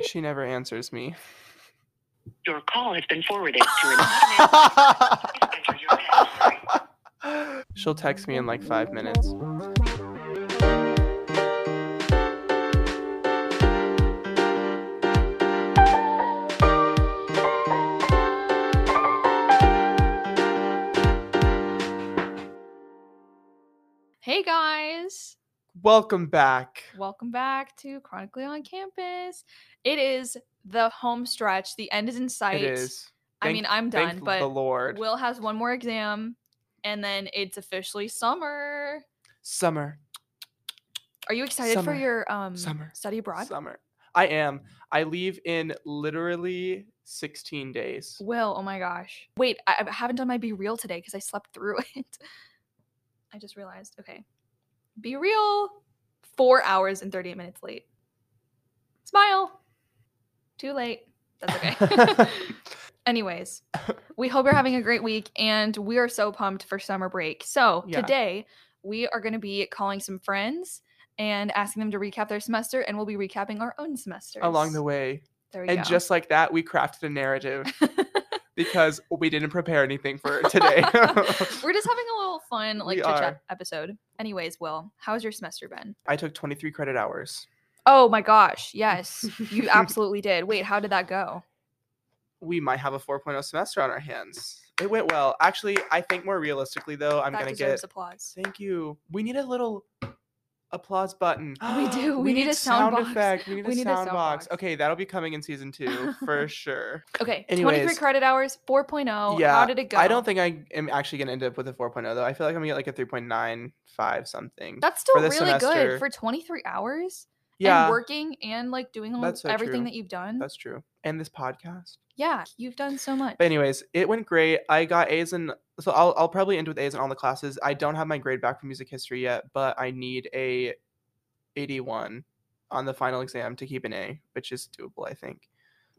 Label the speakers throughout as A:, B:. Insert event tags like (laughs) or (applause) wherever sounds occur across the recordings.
A: She never answers (laughs) me.
B: Your call has been forwarded to an automatic enter your category.
A: She'll text me in like five minutes.
C: Hey guys,
A: Welcome back.
C: welcome back to Chronically on Campus. It is the home stretch. The end is in sight.
A: It is.
C: I
A: Thank-
C: mean, I'm
A: Thank
C: done,
A: the
C: but
A: Lord.
C: Will has one more exam, and then it's officially summer.
A: Summer.
C: Are you excited
A: Summer.
C: for your um
A: Summer.
C: study abroad?
A: Summer. I am. I leave in literally 16 days.
C: Will, oh my gosh. Wait, I, I haven't done my Be Real today because I slept through (laughs) it. I just realized. Okay. Be Real, four hours and 38 minutes late. Smile. Too late. That's okay. (laughs)
A: (laughs)
C: Anyways, we hope you're having a great week and we are so pumped for summer break. So
A: Yeah.
C: today we are going to be calling some friends and asking them to recap their semester and we'll be recapping our own semesters.
A: (laughs) Along the way.
C: There we
A: And
C: go. (laughs)
A: just like that, we crafted a narrative because we didn't prepare anything for today.
C: (laughs)
A: (laughs)
C: We're just having a little fun like
A: We
C: chit chat
A: are.
C: episode. Anyways, Will, how's your semester been?
A: I took 23 credit hours.
C: Oh
A: (laughs)
C: my gosh, yes, you absolutely did. Wait, how did that go?
A: We might have a 4.0 semester on our hands. It went well. Actually, I think more realistically, though, I'm
C: that
A: going to
C: deserves
A: get.
C: applause.
A: Thank you. We need a little applause button.
C: (gasps)
A: (gasps)
C: We do. We need a sound box.
A: effect.
C: (laughs)
A: We need
C: We
A: a
C: need a
A: sound
C: sound
A: box.
C: box.
A: Okay, that'll be coming in season two
C: (laughs)
A: for sure.
C: Okay, twenty-three
A: Anyways.
C: credit hours, 4.0.
A: yeah.
C: how did it go?
A: I don't think I am actually going to end up with a 4.0 though. I feel like I'm going to get like a 3.95 something.
C: that's still
A: for
C: really
A: this
C: good
A: semester-
C: for twenty-three hours
A: yeah,
C: and working and like doing almost
A: That's so
C: everything
A: true.
C: that you've done.
A: that's true. And this podcast.
C: yeah, you've done so much.
A: But anyways, it went great. I got A's in so I'll I'll probably end with A's in all the classes. I don't have my grade back for music history yet, but I need a 81 on the final exam to keep an A, which is doable, I think.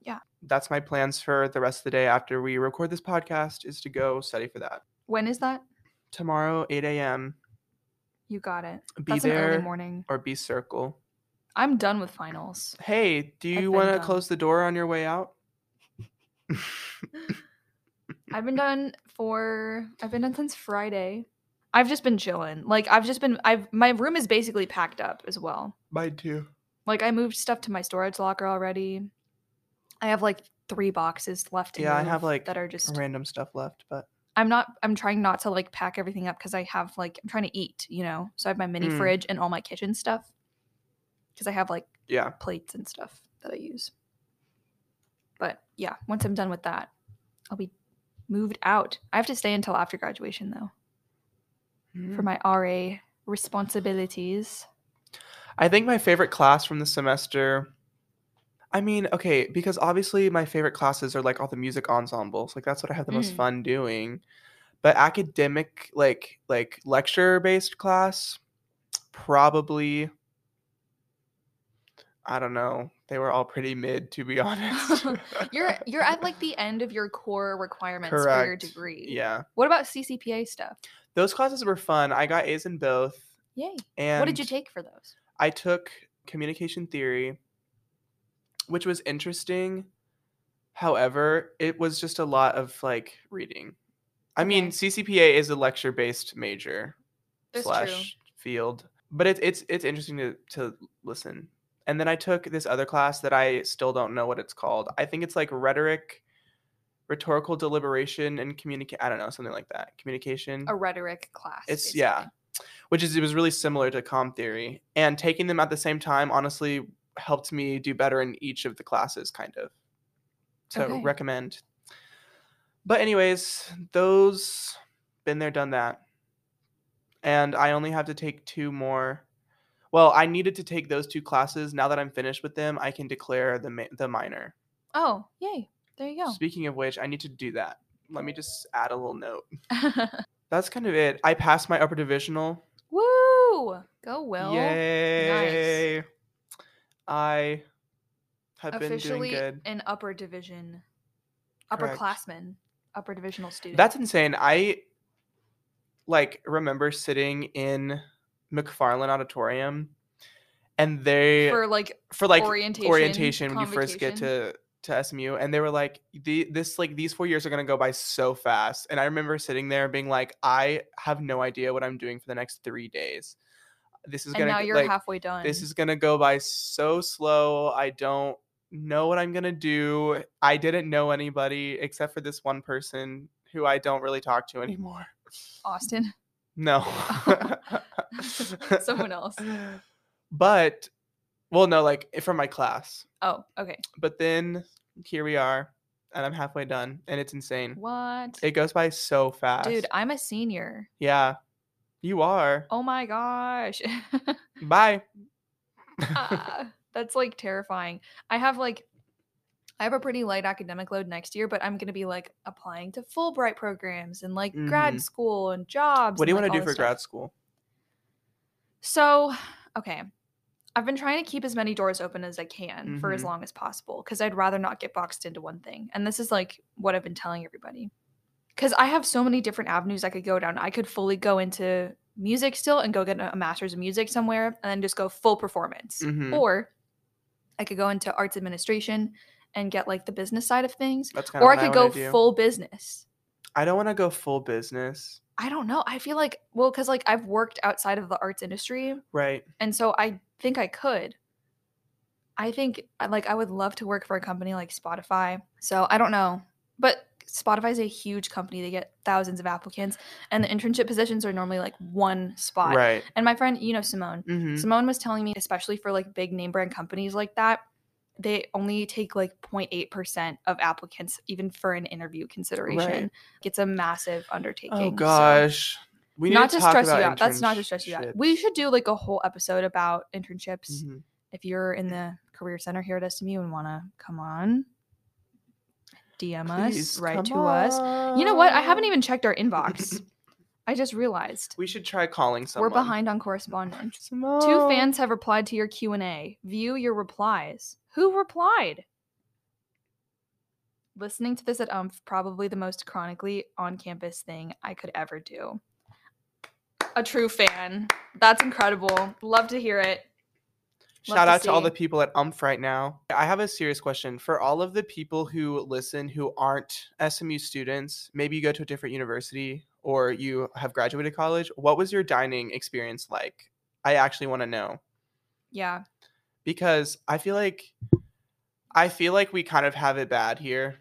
C: Yeah.
A: That's my plans for the rest of the day after we record this podcast is to go study for that.
C: when is that?
A: Tomorrow, 8 a.m.
C: You got it.
A: Be
C: that's an
A: there
C: early morning.
A: or be circle.
C: I'm done with finals.
A: Hey, do
C: I've
A: you
C: been
A: want to
C: done.
A: close the door on your way
C: (laughs)
A: out?
C: I've been done for I've been done since Friday. I've just been chilling. Like I've just been I've my room is basically packed up as well.
A: Mine too.
C: Like I moved stuff to my storage locker already. I have like three boxes left to
A: Yeah, I have,
C: move
A: like,
C: that are just
A: Random stuff left, but
C: I'm not I'm trying not to like pack everything up cuz I have like I'm trying to eat, you know. So I have my mini
A: Mm.
C: fridge and all my kitchen stuff cuz I have like
A: yeah.
C: plates and stuff that I use. But yeah, once I'm done with that, I'll be moved out. I have to stay until after graduation though.
A: Mm.
C: for my RA responsibilities.
A: I think my favorite class from the semester. I mean, okay, because obviously my favorite classes are like all the music ensembles. Like that's what I have the most
C: Mm.
A: fun doing. But academic, like like lecture based class, probably. I don't know. They were all pretty mid, to be (laughs) honest.
C: (laughs)
A: (laughs)
C: You're you're at like the end of your core requirements for your
A: Correct.
C: degree.
A: yeah.
C: What about CCPA stuff?
A: Those classes were fun. I got A's in both.
C: Yay.
A: And
C: what did you take for those?
A: I took communication theory, which was interesting. However, it was just a lot of like reading. I mean,
C: Okay.
A: CCPA is a lecture-based major
C: That's true.
A: slash field, but it's it's it's interesting to to listen. And then I took this other class that I still don't know what it's called. I think it's like rhetoric, rhetorical deliberation, and communicate. I don't know something like that. Communication
C: A rhetoric class.
A: it's yeah
C: basically.
A: which is it was really similar to com theory and taking them at the same time honestly helped me do better in each of the classes kind of so
C: Okay.
A: recommend but anyways those been there done that and i only have to take two more well i needed to take those two classes now that i'm finished with them i can declare the ma- the minor
C: Oh, yay. There you go.
A: speaking of which i need to do that let me just add a little note that's kind of it i passed my upper divisional
C: (laughs) Woo! Go Will.
A: Yay. I have been doing
C: Officially
A: good.
C: an upper division
A: Correct.
C: upperclassman. Upper divisional student.
A: That's insane. I like remember sitting in McFarland Auditorium and they for,
C: for like
A: like
C: orientation,
A: orientation when you first get
C: convocation.
A: to to SMU, and they were like, the, "This like these four years are gonna go by so fast." And I remember sitting there being like, "I have no idea what I'm doing for the next three days. This is
C: and
A: gonna
C: now
A: g-
C: you're
A: like,
C: halfway done.
A: this is (laughs) gonna go by so slow. I don't know what I'm gonna do. I didn't know anybody except for this one person who I don't really talk to anymore.
C: Austin. (laughs)
A: No, (laughs)
C: Someone else.
A: But well, no, like eh, from my class.
C: Oh,
A: (laughs)
C: okay.
A: But then here we are, and I'm halfway done, and it's insane.
C: What?
A: It goes by so fast,
C: Dude, I'm a senior.
A: yeah, you are.
C: Oh my gosh. (laughs)
A: Bye.
C: Ah, that's like terrifying. I have like I have a pretty light academic load next year, but I'm going to be like applying to Fulbright programs and like grad
A: Mhm.
C: school and jobs.
A: what do you
C: and,
A: want
C: like,
A: to
C: all
A: do for
C: this stuff.
A: grad school?
C: So, okay. I've been trying to keep as many doors open as I can for as
A: Mhm.
C: long as possible because I'd rather not get boxed into one thing. And this is like what I've been telling everybody. Because I have so many different avenues I could go down. I could fully go into music still and go get a a master's in music somewhere and then just go full performance.
A: Mhm.
C: Or I could go into arts administration and get like the business side of things.
A: That's kind of
C: Or I could go full business.
A: I don't want to go full business,
C: I don't know. I feel like, well, because like I've worked outside of the arts industry
A: right?
C: and so I think I could. I think I- like I would love to work for a company like Spotify. So I don't know, but Spotify is a huge company. They get thousands of applicants, and the internship positions are normally like one spot.
A: Right.
C: And my friend, you know Simone.
A: hmm
C: Simone was telling me, especially for like big name brand companies like that, they only take like 0.8 percent of applicants, even for an interview consideration. It's a massive undertaking.
A: Oh
C: so-
A: gosh. We need
C: not
A: to,
C: to,
A: talk
C: stress you
A: about
C: out. That's not to stress you out. We
A: internships.
C: should do like a whole episode about internships.
A: Mhm.
C: If you're in the career center here at SMU and want to come on, DM
A: Please,
C: us, write to
A: come
C: us. You know what? I haven't
A: on.
C: even checked our
A: (laughs)
C: inbox. I just realized
A: We should try calling someone.
C: we're behind on correspondence. Two
A: Simone.
C: fans have replied to your Q and A. View your replies. Who replied? Listening to this at umph, probably the most chronically on-campus thing I could ever do. A true fan. That's incredible. Love to hear it. Love
A: Shout
C: to
A: out to all
C: see.
A: the people at Umph right now. I have a serious question for all of the people who listen who aren't SMU students. Maybe you go to a different university or you have graduated college. What was your dining experience like? I actually want to know
C: Yeah.
A: because I feel like I feel like we kind of have it bad here,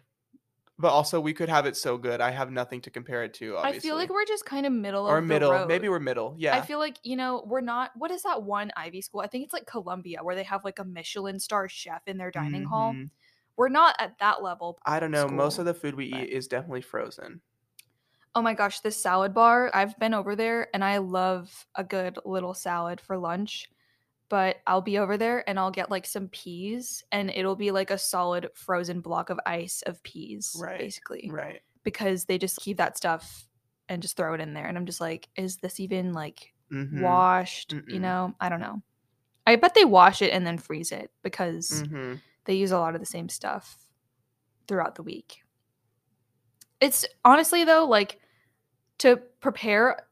A: but also we could have it so good. I have nothing to compare it to. Obviously,
C: I feel like we're just kind of middle
A: or
C: of
A: middle.
C: The road.
A: Maybe we're middle. Yeah.
C: I feel like you know we're not. What is that one Ivy school? I think it's like Columbia, where they have like a Michelin star chef in their dining hall.
A: Mhm.
C: We're not at that level,
A: I don't know. Most
C: school,
A: of the food we
C: but-
A: eat is definitely frozen.
C: Oh my gosh, this salad bar. I've been over there and I love a good little salad for lunch. But I'll be over there and I'll get like some peas and it'll be like a solid frozen block of ice of peas,
A: Right,
C: basically,
A: Right.
C: because they just keep that stuff and just throw it in there. And I'm just like, is this even like
A: Mhm.
C: washed? You
A: Mm-mm.
C: know, I don't know. I bet they wash it and then freeze it because
A: Mhm.
C: they use a lot of the same stuff throughout the week. It's honestly though like to prepare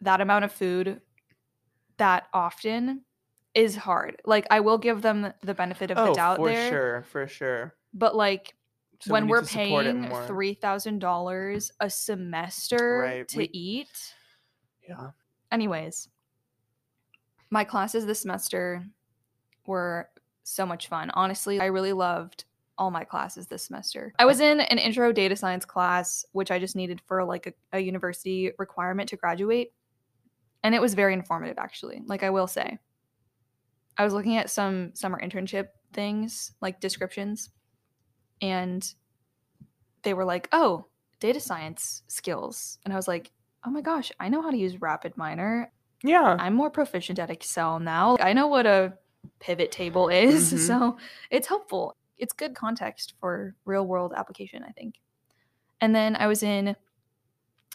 C: that amount of food that often is hard. Like I will give them the benefit of
A: oh,
C: the doubt
A: for
C: there,
A: sure, for sure.
C: but like
A: So we
C: when
A: need
C: we're
A: to support it
C: paying
A: more.
C: $3,000 a semester
A: Right,
C: to
A: we-
C: eat,
A: yeah,
C: anyways my classes this semester were so much fun honestly i really loved all my classes this semester i was in an intro data science class which i just needed for like a, a university requirement to graduate and it was very informative actually like i will say i was looking at some summer internship things like descriptions and they were like oh data science skills and i was like oh my gosh i know how to use rapidminer
A: yeah.
C: I'm more proficient at Excel now. I know what a pivot table is, (laughs)
A: Mhm.
C: so it's helpful. It's good context for real world application, I think. And then I was in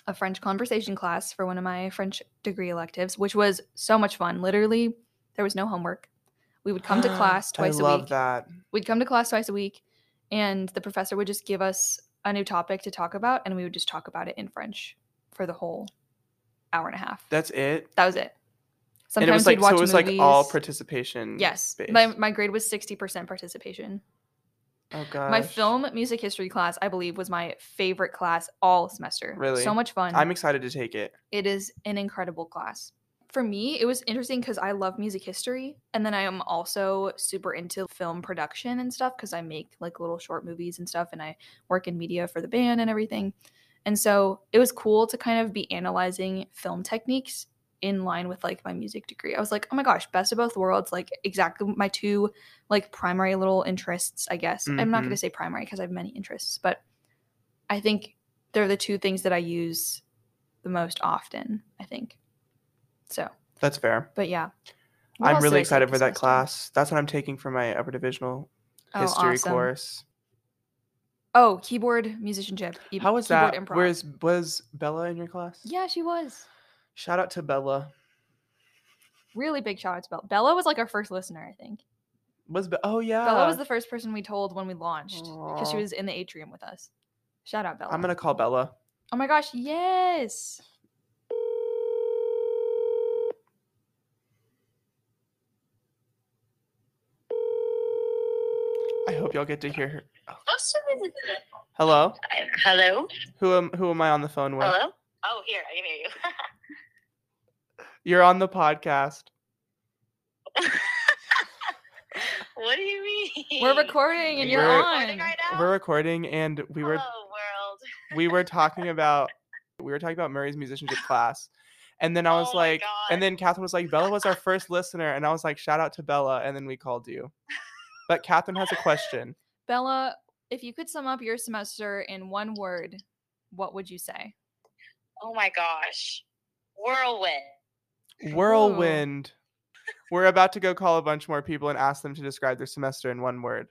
C: a French conversation class for one of my French degree electives, which was so much fun. Literally, there was no homework. We
A: (gasps)
C: would come to class twice
A: I love
C: a week.
A: that.
C: We'd come to class twice a week, and the professor would just give us a new topic to talk about, and we would just talk about it in French for the whole hour and a half.
A: That's it.
C: That was it.
A: and it was
C: Sometimes
A: like
C: we'd watch
A: so it was like all
C: movies.
A: participation.
C: Yes,
A: based.
C: my my grade was sixty percent participation.
A: oh god.
C: My film music history class, I believe, was my favorite class all semester.
A: Really?
C: so much fun.
A: I'm excited to take it.
C: it is an incredible class. For me, it was interesting because I love music history, and then I am also super into film production and stuff because I make like little short movies and stuff, and I work in media for the band and everything. And so it was cool to kind of be analyzing film techniques in line with like my music degree. I was like, oh my gosh, best of both worlds, like exactly my two like primary little interests, I guess. I'm not
A: Mhm.
C: going to say primary because I have many interests, but I think they're the two things that I use the most often, I think. So,
A: That's fair.
C: but yeah. What
A: I'm
C: else did I
A: really
C: take
A: excited for
C: this
A: that
C: semester?
A: class. That's what I'm taking for my upper divisional
C: Oh,
A: history
C: awesome.
A: course.
C: Oh, keyboard musicianship. e-
A: How was that?
C: keyboard improv.
A: Where's was Bella in your class?
C: Yeah, she was.
A: Shout out to Bella.
C: Really big shout out to Bella. Bella was like our first listener, I think.
A: Was Be- oh yeah.
C: Bella was the first person we told when we launched because she
A: Aw.
C: was in the atrium with us. Shout out Bella.
A: I'm gonna call Bella.
C: Oh my gosh, yes.
A: I hope y'all get to hear her. Hello.
B: Hello?
A: Who am Who am I on the phone with?
B: Hello? Oh, here, I can hear you.
A: You're on the podcast.
B: (laughs) what do you mean?
C: We're recording and you're
A: We're-
C: on.
B: Recording right now?
A: We're recording, and we were
B: Hello, world.
A: we were talking about we were talking about Murray's musicianship class. And then I was
B: Oh my
A: like, and
B: God.
A: then Catherine was like, Bella was our first listener. And I was like, shout out to Bella. And then we called you. But Catherine has a question.
C: Bella, if you could sum up your semester in one word, what would you say?
B: Oh my gosh. Whirlwind.
A: Whirlwind. We're about to go call a bunch more people and ask them to describe their semester in one word.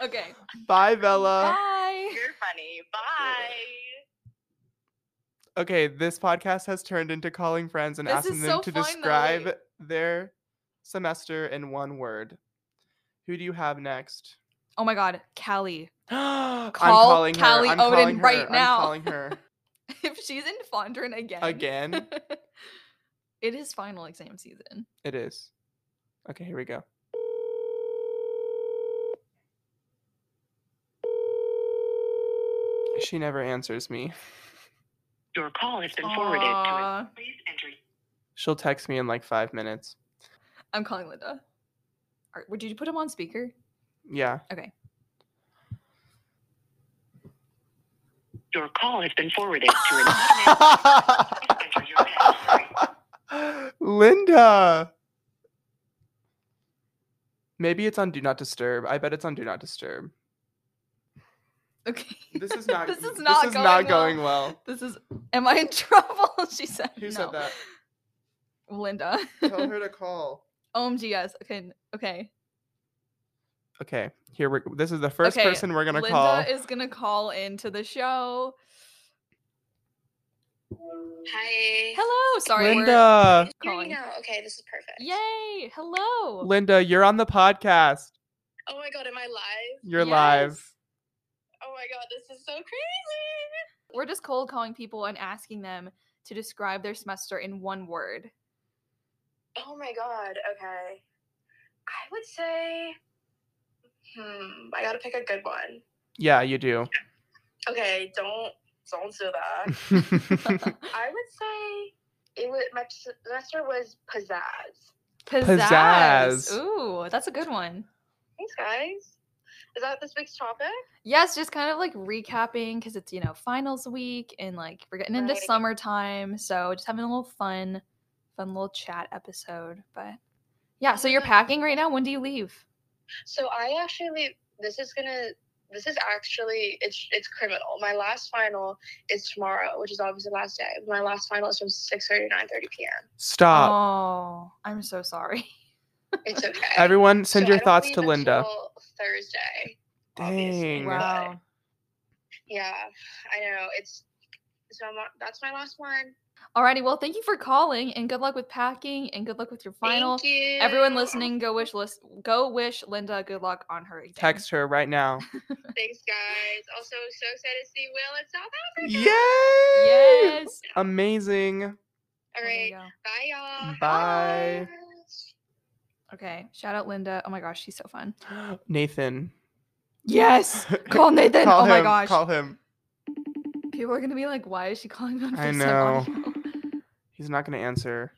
C: Okay.
A: Bye, Bella.
C: Bye.
B: You're funny. Bye.
A: Okay, this podcast has turned into calling friends and
C: This
A: asking
C: is
A: them
C: so
A: to
C: fun, though,
A: describe
C: like-
A: their semester in one word. Who do you have next?
C: Oh my God, Callie. (gasps)
A: I'm
C: Call
A: calling
C: Callie
A: her. I'm
C: Oden
A: calling
C: right
A: her.
C: now.
A: I'm calling
C: (laughs)
A: her
C: If she's in Fondren again.
A: again.
C: (laughs) it is final exam season.
A: It is. Okay, here we go. She never answers me.
B: Your call has been forwarded to
C: Aw,
B: a Please enter.
A: She'll text me in like five minutes.
C: I'm calling Linda. All right, would you put him on speaker? (laughs)
A: Yeah. (laughs)
B: Your call has been forwarded to an automated Please enter your password.
A: Linda. Maybe it's on Do Not Disturb. I bet it's on Do Not Disturb.
C: Okay.
A: This
C: (laughs)
A: is not.
C: this is not,
A: This is
C: going,
A: not
C: well.
A: going well.
C: (laughs) This is. Am I in (laughs) trouble? she said.
A: Who
C: no.
A: said that?
C: Linda.
A: Tell
C: (laughs)
A: her to call.
C: OMG, yes. Okay. n- Okay.
A: Okay, here we're. This is the first
C: Okay,
A: person we're gonna
C: Linda
A: call.
C: is gonna call into the show.
B: Hi.
C: Hello. Sorry. we're (laughs)
A: Linda,
B: Hear me
C: calling.
B: now. Okay, this is perfect.
C: Yay. Hello.
A: Linda, you're on the podcast.
B: Oh my god, am I live?
A: You're live.
C: Yes.
B: Oh my god, this is so crazy.
C: We're just cold calling people and asking them to describe their semester in one
A: (laughs)
C: word.
B: Oh my god, okay. I would say hmm, I gotta pick a good one.
A: Yeah, you
C: (laughs)
A: do. (laughs)
B: Okay, don't don't do that.
A: Pizzazz.
B: I would say it was my semester was pizzazz.
A: Pizzazz.
C: Ooh, that's a good one.
B: Thanks, guys. Is that this week's topic?
C: Yes, just kind of like recapping because it's, you know, finals week and like we're getting into
B: Right.
C: summertime. So just having a little fun, fun little chat episode. But yeah, so you're packing right now. When do you leave?
B: So I actually, this is gonna, this is actually, it's it's criminal. My last final is tomorrow, which is obviously the last day. My last final is from six thirty to nine thirty p.m.
A: Stop.
C: Oh, I'm so sorry.
B: It's okay.
A: Everyone, send
B: So I
A: your
B: don't
A: thoughts
B: leave
A: to Linda.
B: until Thursday. obviously,
A: Dang.
B: but-
C: Wow.
B: Yeah, I know. It's so I'm, that's my last one.
C: Alrighty, well, thank you for calling and good luck with packing and good luck with your final.
B: Thank you.
C: Everyone listening, go wish list, go wish Linda good luck on her exam.
A: Text her right
C: (laughs)
A: now.
B: Thanks, guys. Also, so excited to see Will in South Africa.
A: Yay!
C: Yes.
A: Amazing.
B: All
C: Well, there you
B: right.
C: go.
B: Bye, y'all. Have
A: Bye.
B: fun.
C: Okay. Shout out Linda. Oh my gosh, she's so fun.
A: (laughs) Nathan.
C: Yes. Call Nathan.
A: Call
C: oh my
A: him,
C: gosh.
A: Call him.
C: People are gonna be like, why is she calling me on
A: I
C: FaceTime
A: know. (laughs)
C: (laughs) audio?
A: He's not gonna answer.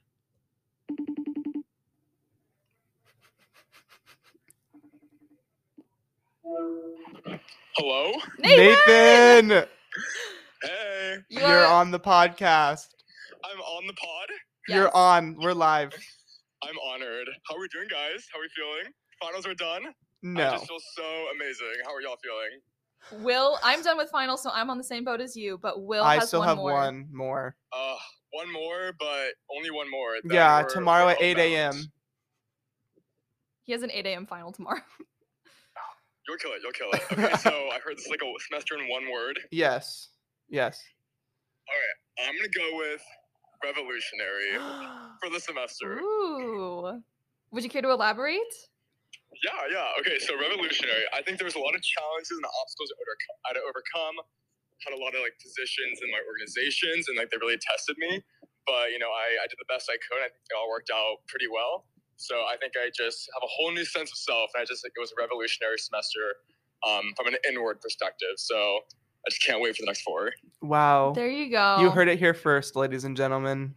D: Hello?
A: Nathan,
D: Hey.
C: You
A: you're
C: are-
A: on the podcast.
D: I'm on the pod.
C: Yes.
A: You're on. We're live.
D: I'm honored. How are we doing, guys? How are we feeling? Finals are done. I
A: No.
D: just feel so amazing. How are y'all feeling?
C: Will, I'm done with finals, so I'm on the same boat as you, but Will
A: I
C: has
A: still
C: one
A: have
C: more.
A: one more.
D: Uh, one more, but only one more. Then
A: yeah,
D: we're-
A: tomorrow
D: we're
A: at
D: off
A: 8 a.m.
D: balance.
C: He has an 8 a.m.
A: (laughs)
C: final tomorrow.
D: You'll kill it. You'll kill it. Okay, so I heard this is like a semester in one word.
A: Yes. Yes.
D: I'm gonna go with revolutionary for the semester.
C: Ooh. Would you care to elaborate?
D: Yeah, yeah. Okay, so revolutionary. I think there's a lot of challenges and obstacles I overco- I had to overcome. Had a lot of like positions in my organizations, and like they really tested me. But you know, I, I did the best I could. I think they all worked out pretty well. So I think I just have a whole new sense of self, and I just think it was a revolutionary semester um, from an inward perspective. So I just can't wait for the next four.
A: Wow.
C: There you go.
A: You heard it here first, ladies and gentlemen.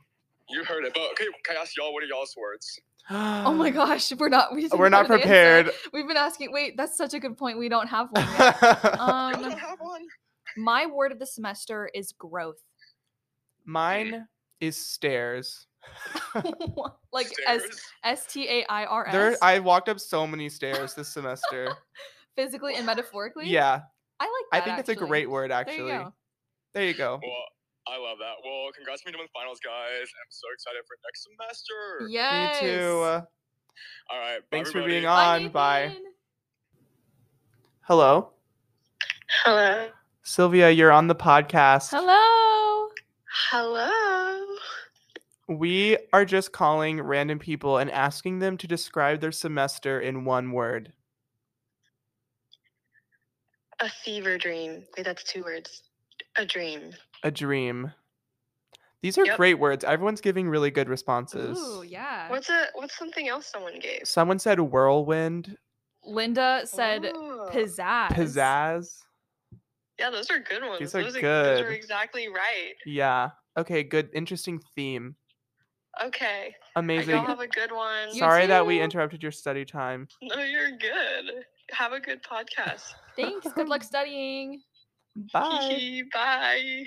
D: You heard it, but okay. Can I ask y'all what are y'all's words?
C: Oh my gosh, we're not we didn't
A: We're not
C: have an answer.
A: prepared.
C: We've been asking wait, that's such a good point. We don't have one
A: (laughs)
C: yet.
D: Y'all don't
C: um
D: have one.
C: my word of the semester is growth. (laughs)
A: Mine is stairs.
C: like as
D: Stairs?
C: S T A I R
A: There,
C: S
A: I walked up so many stairs this
C: (laughs)
A: semester.
C: physically and metaphorically.
A: yeah,
C: I like
A: I
C: that,
A: think it's a
C: actually.
A: great word.
C: There you
A: Actually,
C: go.
A: there you go.
D: Well, I love that. Well, congrats on being done with finals, guys. I'm so excited for next semester.
C: Yes.
A: Me too. Uh,
D: All right. bye,
A: thanks for
D: everybody.
A: being on. Bye.
C: Nathan.
A: Hello,
B: Hello.
A: Sylvia. You're on the podcast.
C: Hello.
B: Hello.
A: We are just calling random people and asking them to describe their semester in one word.
B: A fever dream. Wait, that's two words. A dream.
A: A dream. These are
B: Yep.
A: great words. Everyone's giving really good responses.
C: Ooh, yeah.
B: What's a what's something else someone gave?
A: Someone said whirlwind,
C: Linda said
B: Ooh.
D: Oh.
C: pizzazz.
A: pizzazz.
B: Yeah, those are good ones.
A: are
B: those, those are
A: good.
B: exactly right.
A: Yeah. Okay, good. Interesting theme.
B: Okay.
A: Amazing.
B: Y'all have a good one.
C: You
A: Sorry that we
C: too.
A: interrupted your study time.
B: (laughs) No, you're good. Have a good podcast.
C: Thanks. Good (laughs) luck studying.
A: (laughs)
C: (laughs)
A: Bye.
B: Bye.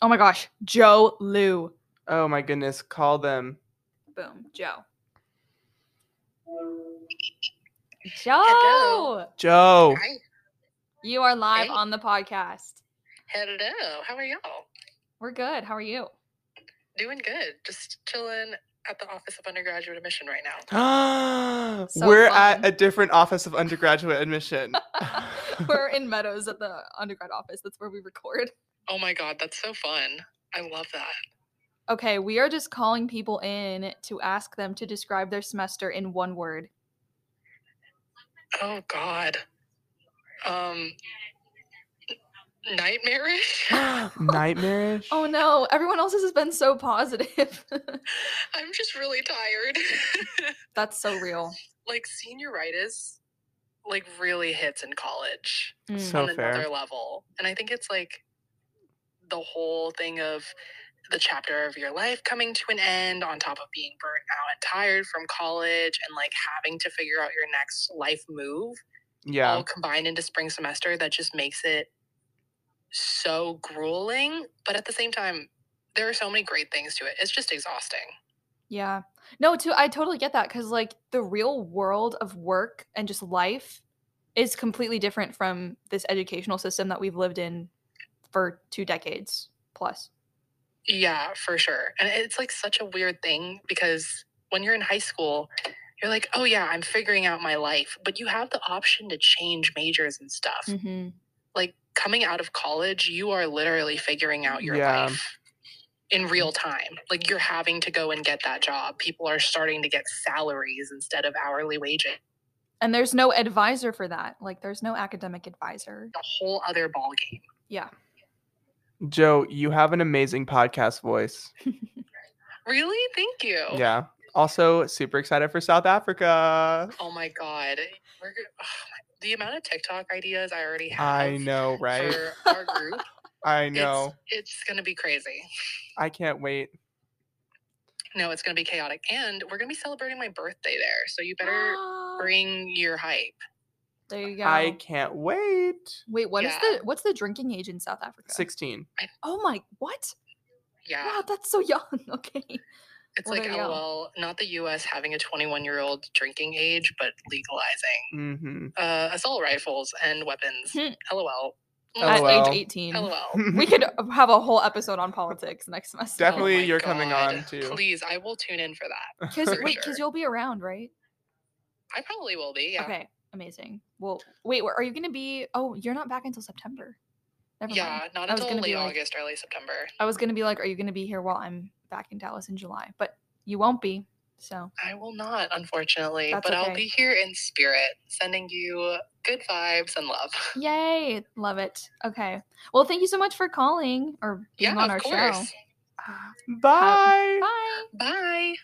C: Oh my gosh. Joe Lou.
A: oh my goodness. Call them.
C: Boom. Joe. Joe.
B: Hello.
A: Joe.
C: You are live
B: Hey.
C: on the podcast.
B: Hello. How are y'all?
C: We're good. How
A: (laughs)
C: are you? (laughs)
B: Doing good. Just chilling at the Office of Undergraduate Admission right now.
A: (gasps)
C: So
A: We're at
C: fun.
A: a different office of
C: (laughs)
A: undergraduate admission. (laughs)
C: We're in Meadows at the undergrad office. That's where we record.
B: Oh my god, that's so fun. I love that.
C: Okay, we are just calling people in to ask them to describe their semester in one word.
B: Oh god. Um
A: (laughs)
B: nightmarish? (laughs)
A: Nightmarish. (laughs)
C: Oh no, everyone else's has been so positive. (laughs)
B: I'm just really tired. (laughs)
C: That's so real.
B: like senioritis like really hits in college
C: Mm.
A: So
B: on
A: Oh, fair.
B: another level. And I think it's like the whole thing of the chapter of your life coming to an end on top of being burnt out and tired from college and like having to figure out your next life move
A: Yeah.
B: all combined into spring semester that just makes it so grueling. But at the same time, there are so many great things to it. It's just exhausting.
C: Yeah. No, too I totally get that cuz like the real world of work and just life is completely different from this educational system that we've lived in for two decades plus.
B: Yeah, for sure. And it's like such a weird thing because when you're in high school, you're like, oh yeah, I'm figuring out my life, but you have the option to change majors and stuff.
A: Mm.
C: Mhm.
B: Like coming out of college, you are literally figuring out your
A: Yeah.
B: life in real time. Like you're having to go and get that job. People are starting to get salaries instead of hourly wages.
C: And there's no advisor for that. Like there's no academic advisor.
B: A whole other ball game.
C: Yeah. Oh.
A: Joe, you have an amazing podcast voice.
B: Really? Thank you.
C: Oh.
A: Yeah. Also, super excited for South Africa.
B: Oh my god. We're, go- oh my, the amount of TikTok ideas I already have.
A: I know, right?
B: For our group.
A: I
B: it's-
A: know.
B: It's, gonna be crazy.
A: I can't wait.
B: No, it's gonna be chaotic, and we're gonna be celebrating my birthday there. So you
C: (gasps)
B: better bring your hype.
C: Ah, there you go.
A: I can't wait.
C: Wait, what is
B: Yeah.
C: the what's the drinking age in South Africa?
A: 16.
C: Oh my, what?
B: Yeah,
C: Wow, that's so (laughs) young. Okay.
B: it's
C: well,
B: like
C: there you go.
B: lol, not the U.S. having a 21-year-old drinking age, but legalizing
A: Mm-hmm.
B: uh, assault rifles and weapons.
C: Hmm.
B: lol.
C: At
A: LOL.
C: age
B: (laughs)
C: 18. (laughs)
B: lol.
C: Oh,
A: (laughs)
C: We could have a whole episode on politics next semester.
B: Oh
A: Definitely
B: my
A: you're coming
B: God.
A: on, too.
B: Please, I will tune in for that.
C: Cause,
A: (laughs)
B: for
C: wait, because
B: sure.
C: you'll be around, right?
B: I probably will be. Yeah.
C: Okay, amazing. Well, wait, where- are you going to be? Oh, you're not back until September. Never
B: Yeah,
C: mind.
B: not
C: I was
B: until
C: gonna be
B: late
C: like-
B: August, early September.
C: I was going to be like, are you going to be here while I'm back in Dallas in July? But you won't be. So
B: I will not, unfortunately,
C: That's
B: but
C: okay.
B: I'll be here in spirit, sending you good vibes and love. (laughs)
C: yay. Love it. Okay. Well, thank you so much for calling or being
B: Yeah, of
C: on our
B: course.
A: Bye.
C: show. Bye.
B: Bye.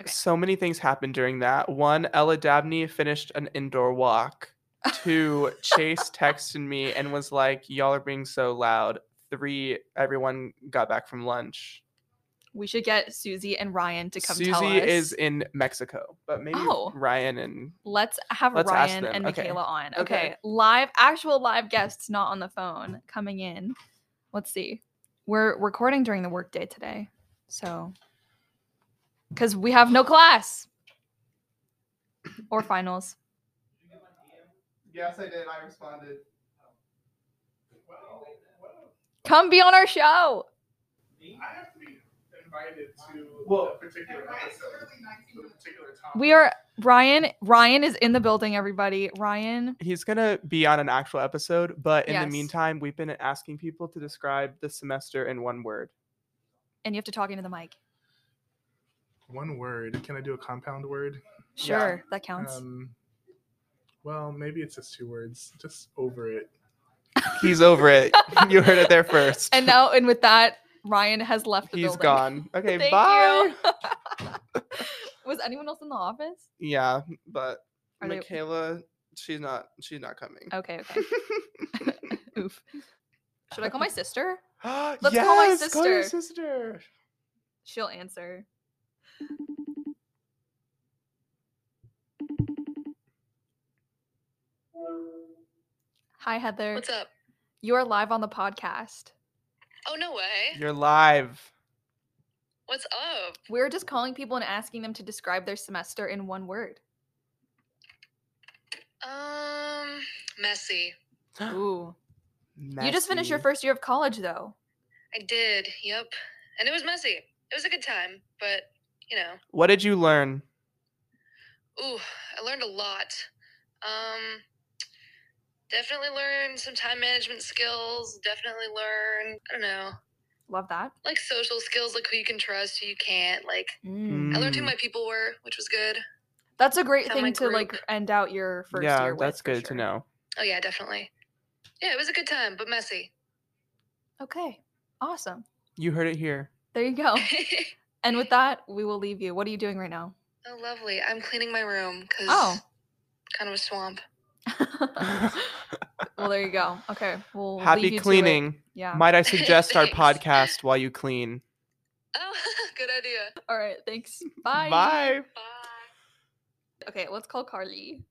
C: Okay.
A: So many things happened during that. One, Ella Dabney finished an indoor walk. Two, Chase texted me and was like, Y'all are being so loud. Three, everyone got back from lunch.
C: We should get Susie and Ryan to come
A: Susie
C: tell us.
A: is in Mexico, but maybe
C: Oh.
A: Ryan and
C: Let's have
A: Let's ask
C: Ryan
A: them.
C: and
A: Okay.
C: Michaela on. Okay.
A: Okay.
C: Live actual live guests not on the phone coming in. Let's see. We're recording during the workday today. So cuz we have no class or finals.
A: Yes, I did. I responded.
C: Come be on our show.
A: Well,
C: We are Ryan Ryan is in the building everybody. Ryan
A: he's gonna be on an actual episode, but in
C: Yes.
A: the meantime, we've been asking people to describe the semester in one word.
C: and you have to talk into the mic.
E: One word. Can I do a compound word?
A: Yeah.
C: Sure, that counts.
E: Um, well, maybe it's just two words. Just over it.
A: He's over
C: (laughs)
A: it. you heard it there first.
C: and now and with that Ryan has left the
A: He's
C: building.
A: gone. Okay,
C: Thank
A: bye.
B: (laughs)
C: you. Was anyone else in the office?
A: Yeah, but
C: Are they-
A: Michaela, she's not. She's not coming.
C: Okay,
A: (gasps)
C: okay. (laughs) Oof. Should I call my sister?
A: Let's
C: Let's call my
A: Call your
C: sister.
A: sister.
C: She'll answer. Hi, Heather.
B: What's up?
C: You are live on the podcast.
B: Oh, no way.
A: You're live.
B: What's up?
C: We're just calling people and asking them to describe their semester in
B: (gasps)
C: one word.
B: Um, messy.
C: Ooh. You just finished your
A: Messy.
C: first year of college, though.
B: I did. Yep. And it was messy. It was a good time, but you know,
A: What did you learn?
B: ooh, I learned a lot. Um, definitely learned some time management skills. Definitely learned, I don't know,
C: Love that.
B: like social skills, like who you can trust, who you can't. Like, I learned who
A: Mm.
B: my people were, which was good.
C: That's a great
B: Tell
C: thing
B: my
C: to like
B: group.
C: end out your first
A: yeah,
C: year. with,
A: that's
C: for
A: good to
C: sure.
A: know.
B: Oh yeah, definitely. Yeah, it was a good time, but messy.
C: Okay, awesome.
A: You heard it
C: (laughs)
A: here.
C: There you go.
B: (laughs) oh,
C: And with that, we will leave you. What are you doing right now?
B: Oh, lovely. I'm cleaning my room because
C: Oh.
B: kind of a swamp.
C: (laughs) well, there you go. Okay. We'll leave
A: (laughs)
C: you
A: Happy
C: to it.
A: cleaning.
C: Yeah.
A: Might I suggest
C: (laughs)
A: our
B: Thanks.
A: podcast while you clean?
B: Oh, (laughs) good idea.
C: All right. Thanks. Bye.
A: Bye.
B: Bye.
C: Okay. Let's call Carly.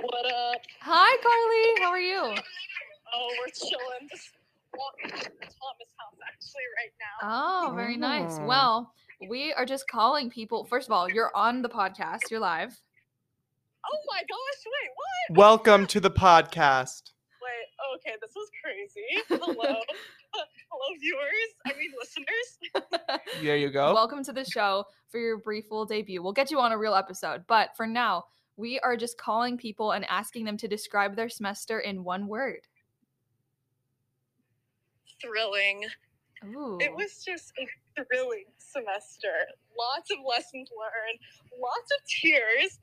F: What up?
C: Hi, Carly. How are you?
F: Oh, we're chilling. Just walking to Thomas' house actually right now.
C: Oh, very nice.
A: Oh.
C: Well, we are just calling people. First of all, you're on the podcast. You're live.
F: oh my gosh! Wait, what?
A: Welcome to the podcast.
F: Wait. Okay, this is crazy. Hello, (laughs) hello, viewers. I mean, listeners.
A: There you (laughs) go.
C: Welcome to the show for your brief little debut. We'll get you on a real episode, but for now, we are just calling people and asking them to describe their semester in one word.
F: Thrilling.
C: Ooh.
F: It was just a thrilling semester. Lots of lessons learned. Lots of tears.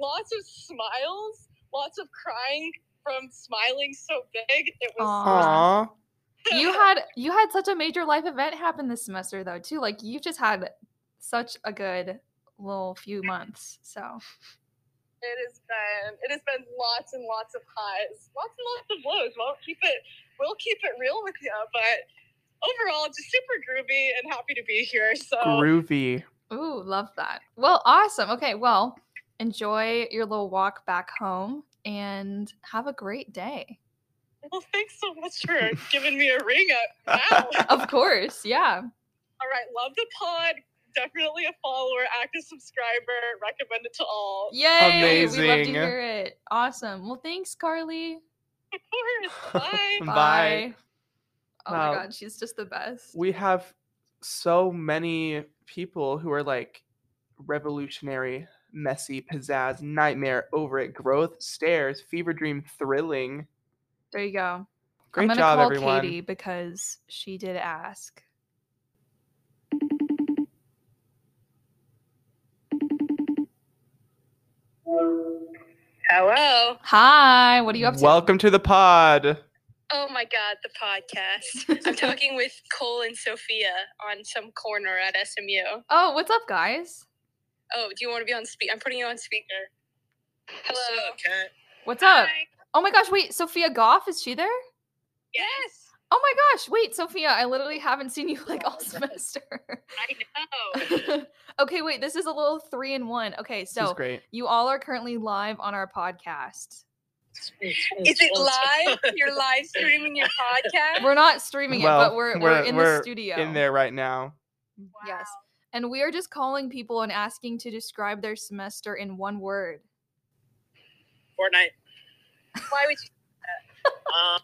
F: Lots of smiles. Lots of crying from smiling so big. It was.
C: Aw.
A: Aw.
C: you had you had such a major life event happen this semester though too like you've just had such a good little few months so
F: It has been it has been lots and lots of highs, lots and lots of lows. We'll keep it we'll keep it real with you, but overall just super groovy and happy to be here. So
A: Groovy.
C: ooh love that well awesome okay well enjoy your little walk back home and have a great day
F: well thanks so much for giving me a ring up now.
C: (laughs) of
A: (laughs)
C: course yeah
F: All right, love the pod. Definitely a follower, active subscriber, recommend it to all.
C: yay we love to
A: Amazing.
C: hear it awesome well thanks carly
F: Of course. Bye.
A: Bye.
C: oh
A: Wow.
C: my god she's just the best
A: We have so many people who are like revolutionary, messy, pizzazz, nightmare, over it, growth, stairs, fever dream, thrilling.
C: there you go
A: Great
C: I'm gonna
A: job,
C: call
A: everyone.
C: Katie because she did ask.
F: Hello.
C: Hi, what are you up to?
A: Welcome to the pod.
F: Oh my god, the podcast. I'm talking with Cole and Sophia on some corner at SMU.
C: Oh, what's up, guys?
F: Oh, do you want to be on speak? I'm putting you on speaker. Hello.
G: Kat?
C: What's up? Oh my gosh, wait, Sophia Goff, is she there?
F: Yes,
C: Oh my gosh, wait, Sophia, I literally haven't seen you like all (laughs) semester.
F: I
C: (laughs)
F: know.
C: okay, wait, this is a little three in one. Okay,
A: this is
C: so
A: great.
C: you all are currently live on our podcast.
F: Is it live? You're live streaming your podcast?
C: We're not streaming
A: Well,
C: it, but we're, we're,
A: we're-
C: in
A: we're
C: the studio.
A: In there right now.
C: Yes. And we are just calling people and asking to describe their semester in one word. (laughs)
H: Fortnite.
F: Why would you
H: Um,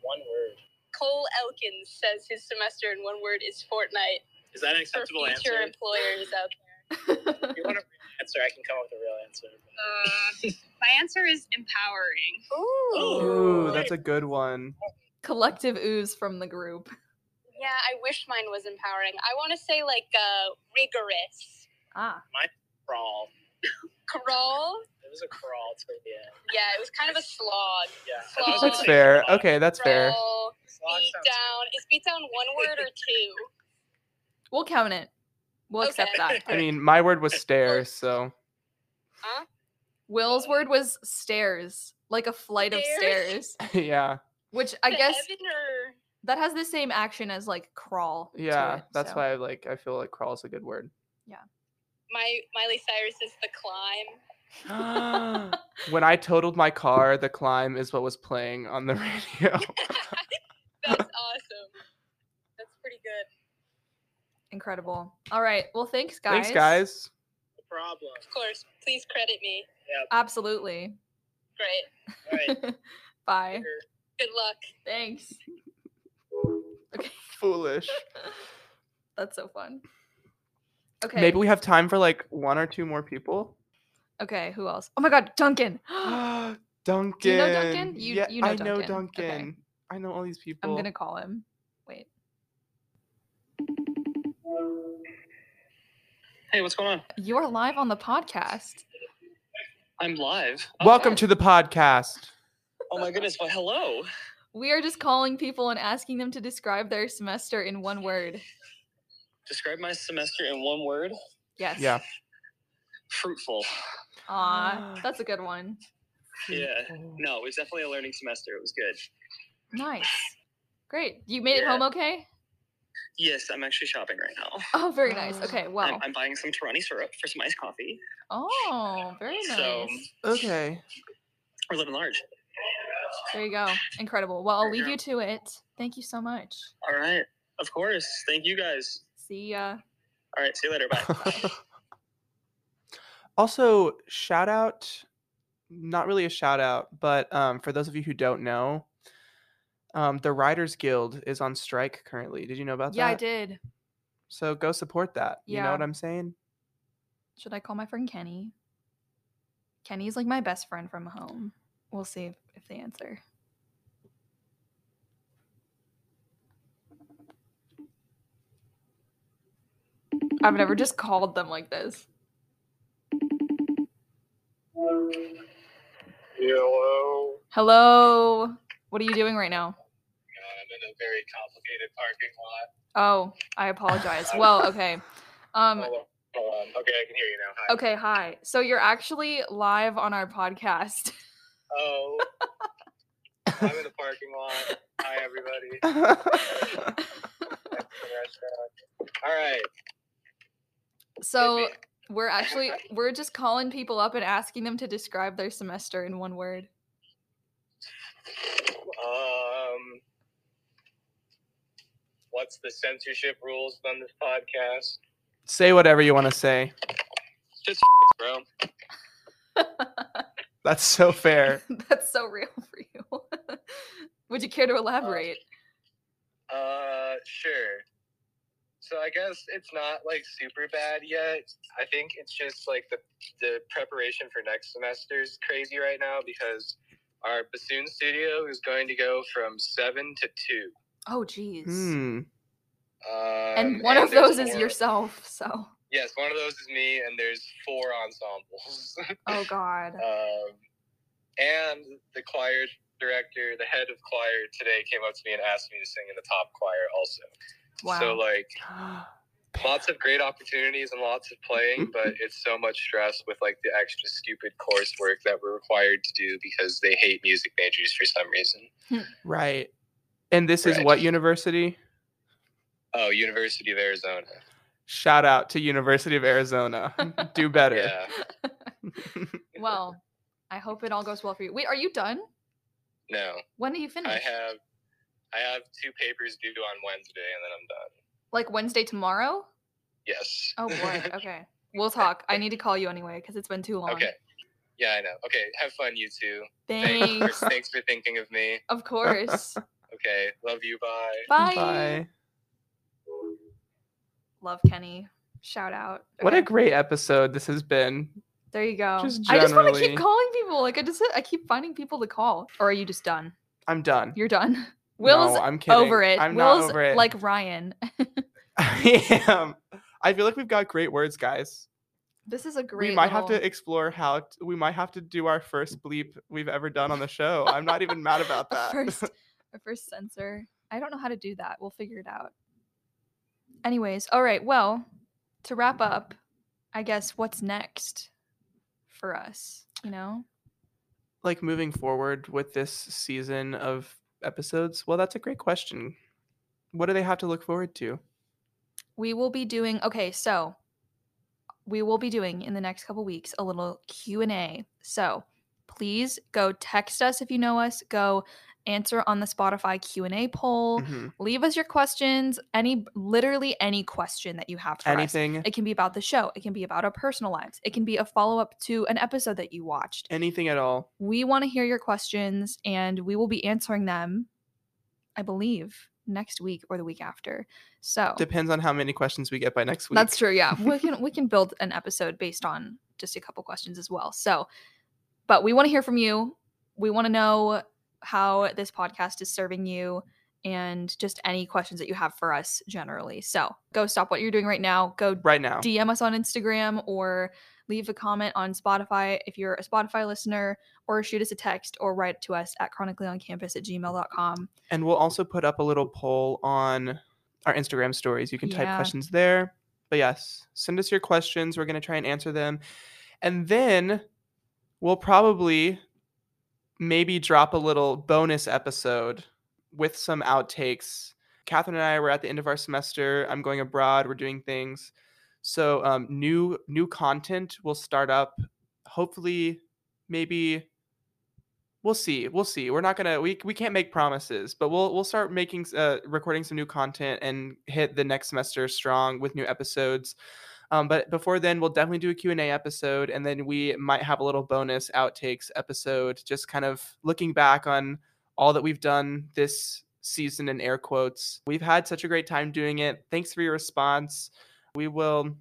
H: one word.
F: Cole Elkins says his semester in one word is Fortnite
H: Is that an
F: for
H: acceptable
F: future
H: answer?
F: employers out there.
H: If you want a real answer, I can come up with a real answer.
B: Uh, my answer is empowering.
H: Oh.
A: Ooh, that's a good one.
C: Collective ooze from the group.
F: Yeah, I wish mine was empowering. I want to say like uh, rigorous.
C: Ah,
H: Crawl.
F: Crawl?
H: It was a crawl to the end.
F: Yeah, it was kind of a slog.
H: Yeah.
F: Slog.
A: That's fair. Okay, that's fair.
F: Crawl,
H: Slog
F: beat
H: sounds
F: down. Is beat down one word or two?
C: we'll count it. We'll accept that.
A: I mean, my word was stairs, so (laughs)
C: Will's word was stairs, like a flight of
F: Stairs?
C: stairs,
A: yeah,
C: which I
F: To
C: guess
F: Heaven or...
C: that has the same action as like crawl. to
A: yeah.
C: it,
A: that's
C: so.
A: why I like. I feel like crawl's a good
C: (gasps)
A: word.
F: My Miley Cyrus is the climb.
A: when I totaled my car, the climb is what was playing on the (laughs) radio.
F: (laughs) That's awesome. That's pretty good.
C: Incredible. All right. Well, thanks, guys.
A: Thanks, guys.
H: No problem.
F: Of course. Please credit me.
C: Absolutely.
F: Great.
H: All right.
C: (laughs) Bye.
H: later.
F: Good luck.
C: Thanks.
A: Foolish.
C: (laughs) That's so fun. Okay.
A: Maybe we have time for like one or two more
C: (gasps)
A: people.
C: Okay. Who else? Oh my God, Duncan.
A: (gasps)
C: (gasps) I'm
A: Duncan. Duncan.
C: You-
A: yeah,
C: you know
A: I know
C: Duncan.
A: Duncan.
C: Okay.
A: I know all these people.
C: gonna call him. Wait.
H: Hey, what's going on?
C: You're live on the podcast.
H: I'm live.
A: Welcome to the podcast.
H: Oh my goodness. Well, hello.
C: We are just calling people and asking them to describe their semester in one word.
H: Describe my semester in one word.
C: Yes. (laughs)
A: Yeah.
H: Fruitful.
A: (gasps)
C: Aw, that's a good one.
H: Yeah. No, it was definitely a learning semester. It was good.
C: Nice. Great. You made it
H: Yeah.
C: home okay?
H: Yes, I'm actually shopping right now.
C: Oh, very nice.
A: Uh,
C: Okay.
H: I'm-
C: Wow.
H: I'm, buying some Tarani syrup for some iced coffee.
C: Oh, very
H: So-
C: nice.
A: Okay.
H: We're living large.
C: There you go. Incredible. Well, I'll
H: There you
C: leave
H: go.
C: you to it. Thank you so much.
H: All right. Of course. Thank you guys.
C: See ya.
H: All right. See you later.
C: (laughs)
H: Bye.
A: (laughs) also, shout out, not really a shout out, but um, for those of you who don't know, um, the Writers Guild is on strike currently. Did you know about
C: Yeah,
A: that?
C: I did.
A: So go support that. You know
C: Yeah.
A: what I'm
C: (laughs)
A: saying? (laughs)
C: Should I call my friend Kenny? Kenny's like my best friend from home. We'll see if, if they answer. I've never just called them like this.
G: Hello.
C: Hello. What are you doing right now?
D: in a very complicated parking lot.
C: Oh, I apologize. well, okay. Um,
D: Hold on. Hold on. Okay, I can hear you now. Hi.
C: okay, hi. So you're actually live on our podcast. (laughs)
D: Oh. I'm in the parking lot. Hi, everybody. Next to the restaurant. All right.
C: So we're actually we're just calling people up and asking them to describe their semester in one word.
D: Um, what's the censorship rules on this podcast?
A: Say whatever you want to say.
D: Just bro.
A: That's so fair.
C: (laughs) That's so real for you. Would you care
D: Oh,
C: to elaborate?
D: Uh, sure. So I guess it's not like super bad yet. I think it's just like the the preparation for next semester is crazy right now because our bassoon studio is going to go from seven to two.
C: Oh, jeez.
A: Hmm. (gasps)
D: Um,
C: and one of
D: there's
C: those is
D: four-
C: yourself. So,
D: Yes, one of those is me, and there's four ensembles. (laughs)
C: oh god.
D: Um, and the choir director, the head of choir today came up to me and asked me to sing in the top choir also.
C: Wow.
D: So like lots of great opportunities and lots of playing, but it's so much stress with like the extra stupid coursework that we're required to do because they hate music majors for some reason.
A: Right. And this is
D: Right.
A: what university?
D: Oh, University of Arizona.
A: Shout out to University of
C: (laughs)
A: Arizona. Do better.
D: Yeah.
C: well, I hope it all goes well for you. Wait, are you done?
D: No,
C: When do you finish?
D: I have I have two papers due on Wednesday, and then I'm done.
C: like Wednesday tomorrow?
D: Yes.
C: Oh
D: (laughs)
C: boy. Okay. We'll talk. I need to call you anyway because it's been too long.
D: okay. Yeah, I know. Okay, have fun, you two. Thanks.
C: Thanks.
D: for- Thanks (laughs) for thinking of me.
C: of course.
D: Okay, love you. Bye.
C: Bye.
A: (laughs) Bye.
C: Love Kenny. Shout out.
A: What a
C: Okay,
A: great episode this has been.
C: There you go.
A: just
C: I just want to
A: generally-
C: keep calling people. Like I just I keep finding people to call. Or are you just done?
A: I'm done.
C: You're done. (laughs) Will's
A: No, I'm kidding.
C: over it.
A: I'm
C: Will's
A: not over it.
C: like Ryan.
A: (laughs)
C: (laughs)
A: I am. I feel like we've got great words, guys.
C: This is a great
A: we might have
C: little-
A: to explore how t- we might have to do our first bleep we've ever done on the show. I'm not even
C: (laughs)
A: mad about
C: a
A: that. (laughs)
C: first a first sensor. I don't know how to do that. We'll figure it out. Anyways, all right. Well, to wrap up, I guess what's next for us, you know?
A: like moving forward with this season of episodes? Well, that's a great question. What do they have to look forward to?
C: We will be doing Okay, so we will be doing in the next couple weeks a little Q&A. So, please go text us if you know us, go answer on the Spotify Q&A poll.
A: Mhm.
C: Leave us your questions, any literally any question that you have for us.
A: Anything,
C: It can be about the show. It can be about our personal lives. It can be a follow up to an episode that you watched.
A: anything at all.
C: We want to hear your questions and we will be answering them, I believe, next week or the week after. So
A: Depends on how many questions we get by next week.
C: that's true. Yeah. We can we can build an episode based on just a couple questions as well. So but we want to hear from you. We want to know how this podcast is serving you and just any questions that you have for us generally. So go stop what you're doing right now. Go
A: Right now,
C: DM us on Instagram or leave a comment on Spotify if you're a Spotify listener, or shoot us a text or write to us at chronicallyncampus at gmail.com.
A: and we'll also put up a little poll on our Instagram stories. You can type
C: Yeah.
A: questions there. But yes, send us your questions. We're gonna try and answer them, and then we'll probably maybe drop a little bonus episode with some outtakes. Catherine and I were at the end of our semester. I'm going abroad. We're doing things. So um, new new content will start up. Hopefully, maybe we'll see. We'll see. We're not gonna we we can't make promises, but we'll we'll start making s- uh, recording some new content and hit the next semester strong with new episodes. Um, but before then, we'll definitely do a Q&A episode, and then we might have a little bonus outtakes episode, just kind of looking back on all that we've done this season in air quotes. We've had such a great time doing it. Thanks for your response. We will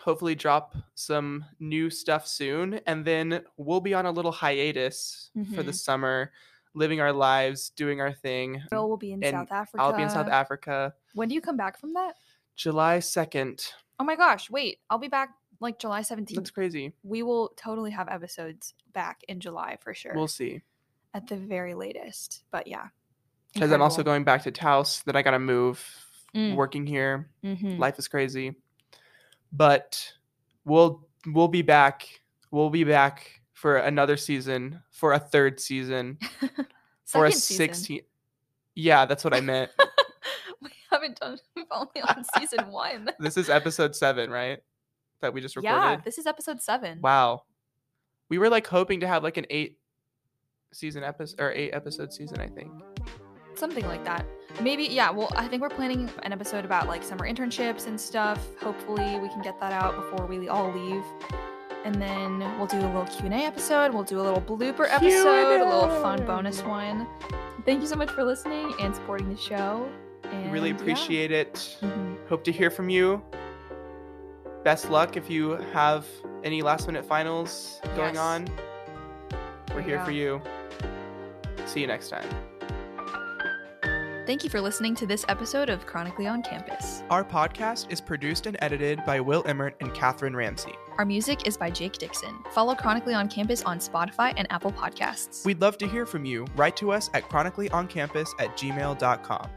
A: hopefully drop some new stuff soon, and then we'll be on a little hiatus for the summer, living our lives, doing our thing.
C: Phil will be in
A: And
C: South Africa.
A: I'll be in South Africa
C: When do you come back from that?
A: July 2nd.
C: Oh my gosh, wait, I'll be back like July 17th.
A: That's crazy.
C: we will totally have episodes back in July for sure.
A: We'll see.
C: at the very latest. But yeah.
A: because I'm also going back to Taos. Then I gotta move.
C: Mm.
A: Working here,
C: Mm-hmm.
A: life is crazy. But we'll we'll be back. We'll be back for another season, for a third
C: (laughs)
A: season,
C: Mm-hmm.
A: for a sixteen. Yeah, that's what I meant.
C: we haven't done. (laughs) We've only on season one.
A: this is episode seven, right? That we just recorded.
C: Yeah, this is episode seven.
A: Wow. We were like hoping to have like an eight season episode or eight episode season, I think.
C: something like that. Maybe, yeah. Well, I think we're planning an episode about like summer internships and stuff. Hopefully, we can get that out before we all leave, and then we'll do a little Q and A episode. We'll do a little blooper episode, a little fun bonus one. Thank you so much for listening and supporting the show.
A: We
C: And
A: really
C: yeah.
A: appreciate it.
C: Mhm.
A: Hope to hear from you. Best luck if you have any last minute finals going
C: Yes.
A: on. We're here
C: Yeah.
A: for you. See you next time.
C: Thank you for listening to this episode of Chronically on Campus.
A: Our podcast is produced and edited by Will Emmert and Katherine Ramsey.
C: Our music is by Jake Dixon. Follow Chronically on Campus on Spotify and Apple Podcasts.
A: We'd love to hear from you. Write to us at chronicallyooncampus at gmail.com.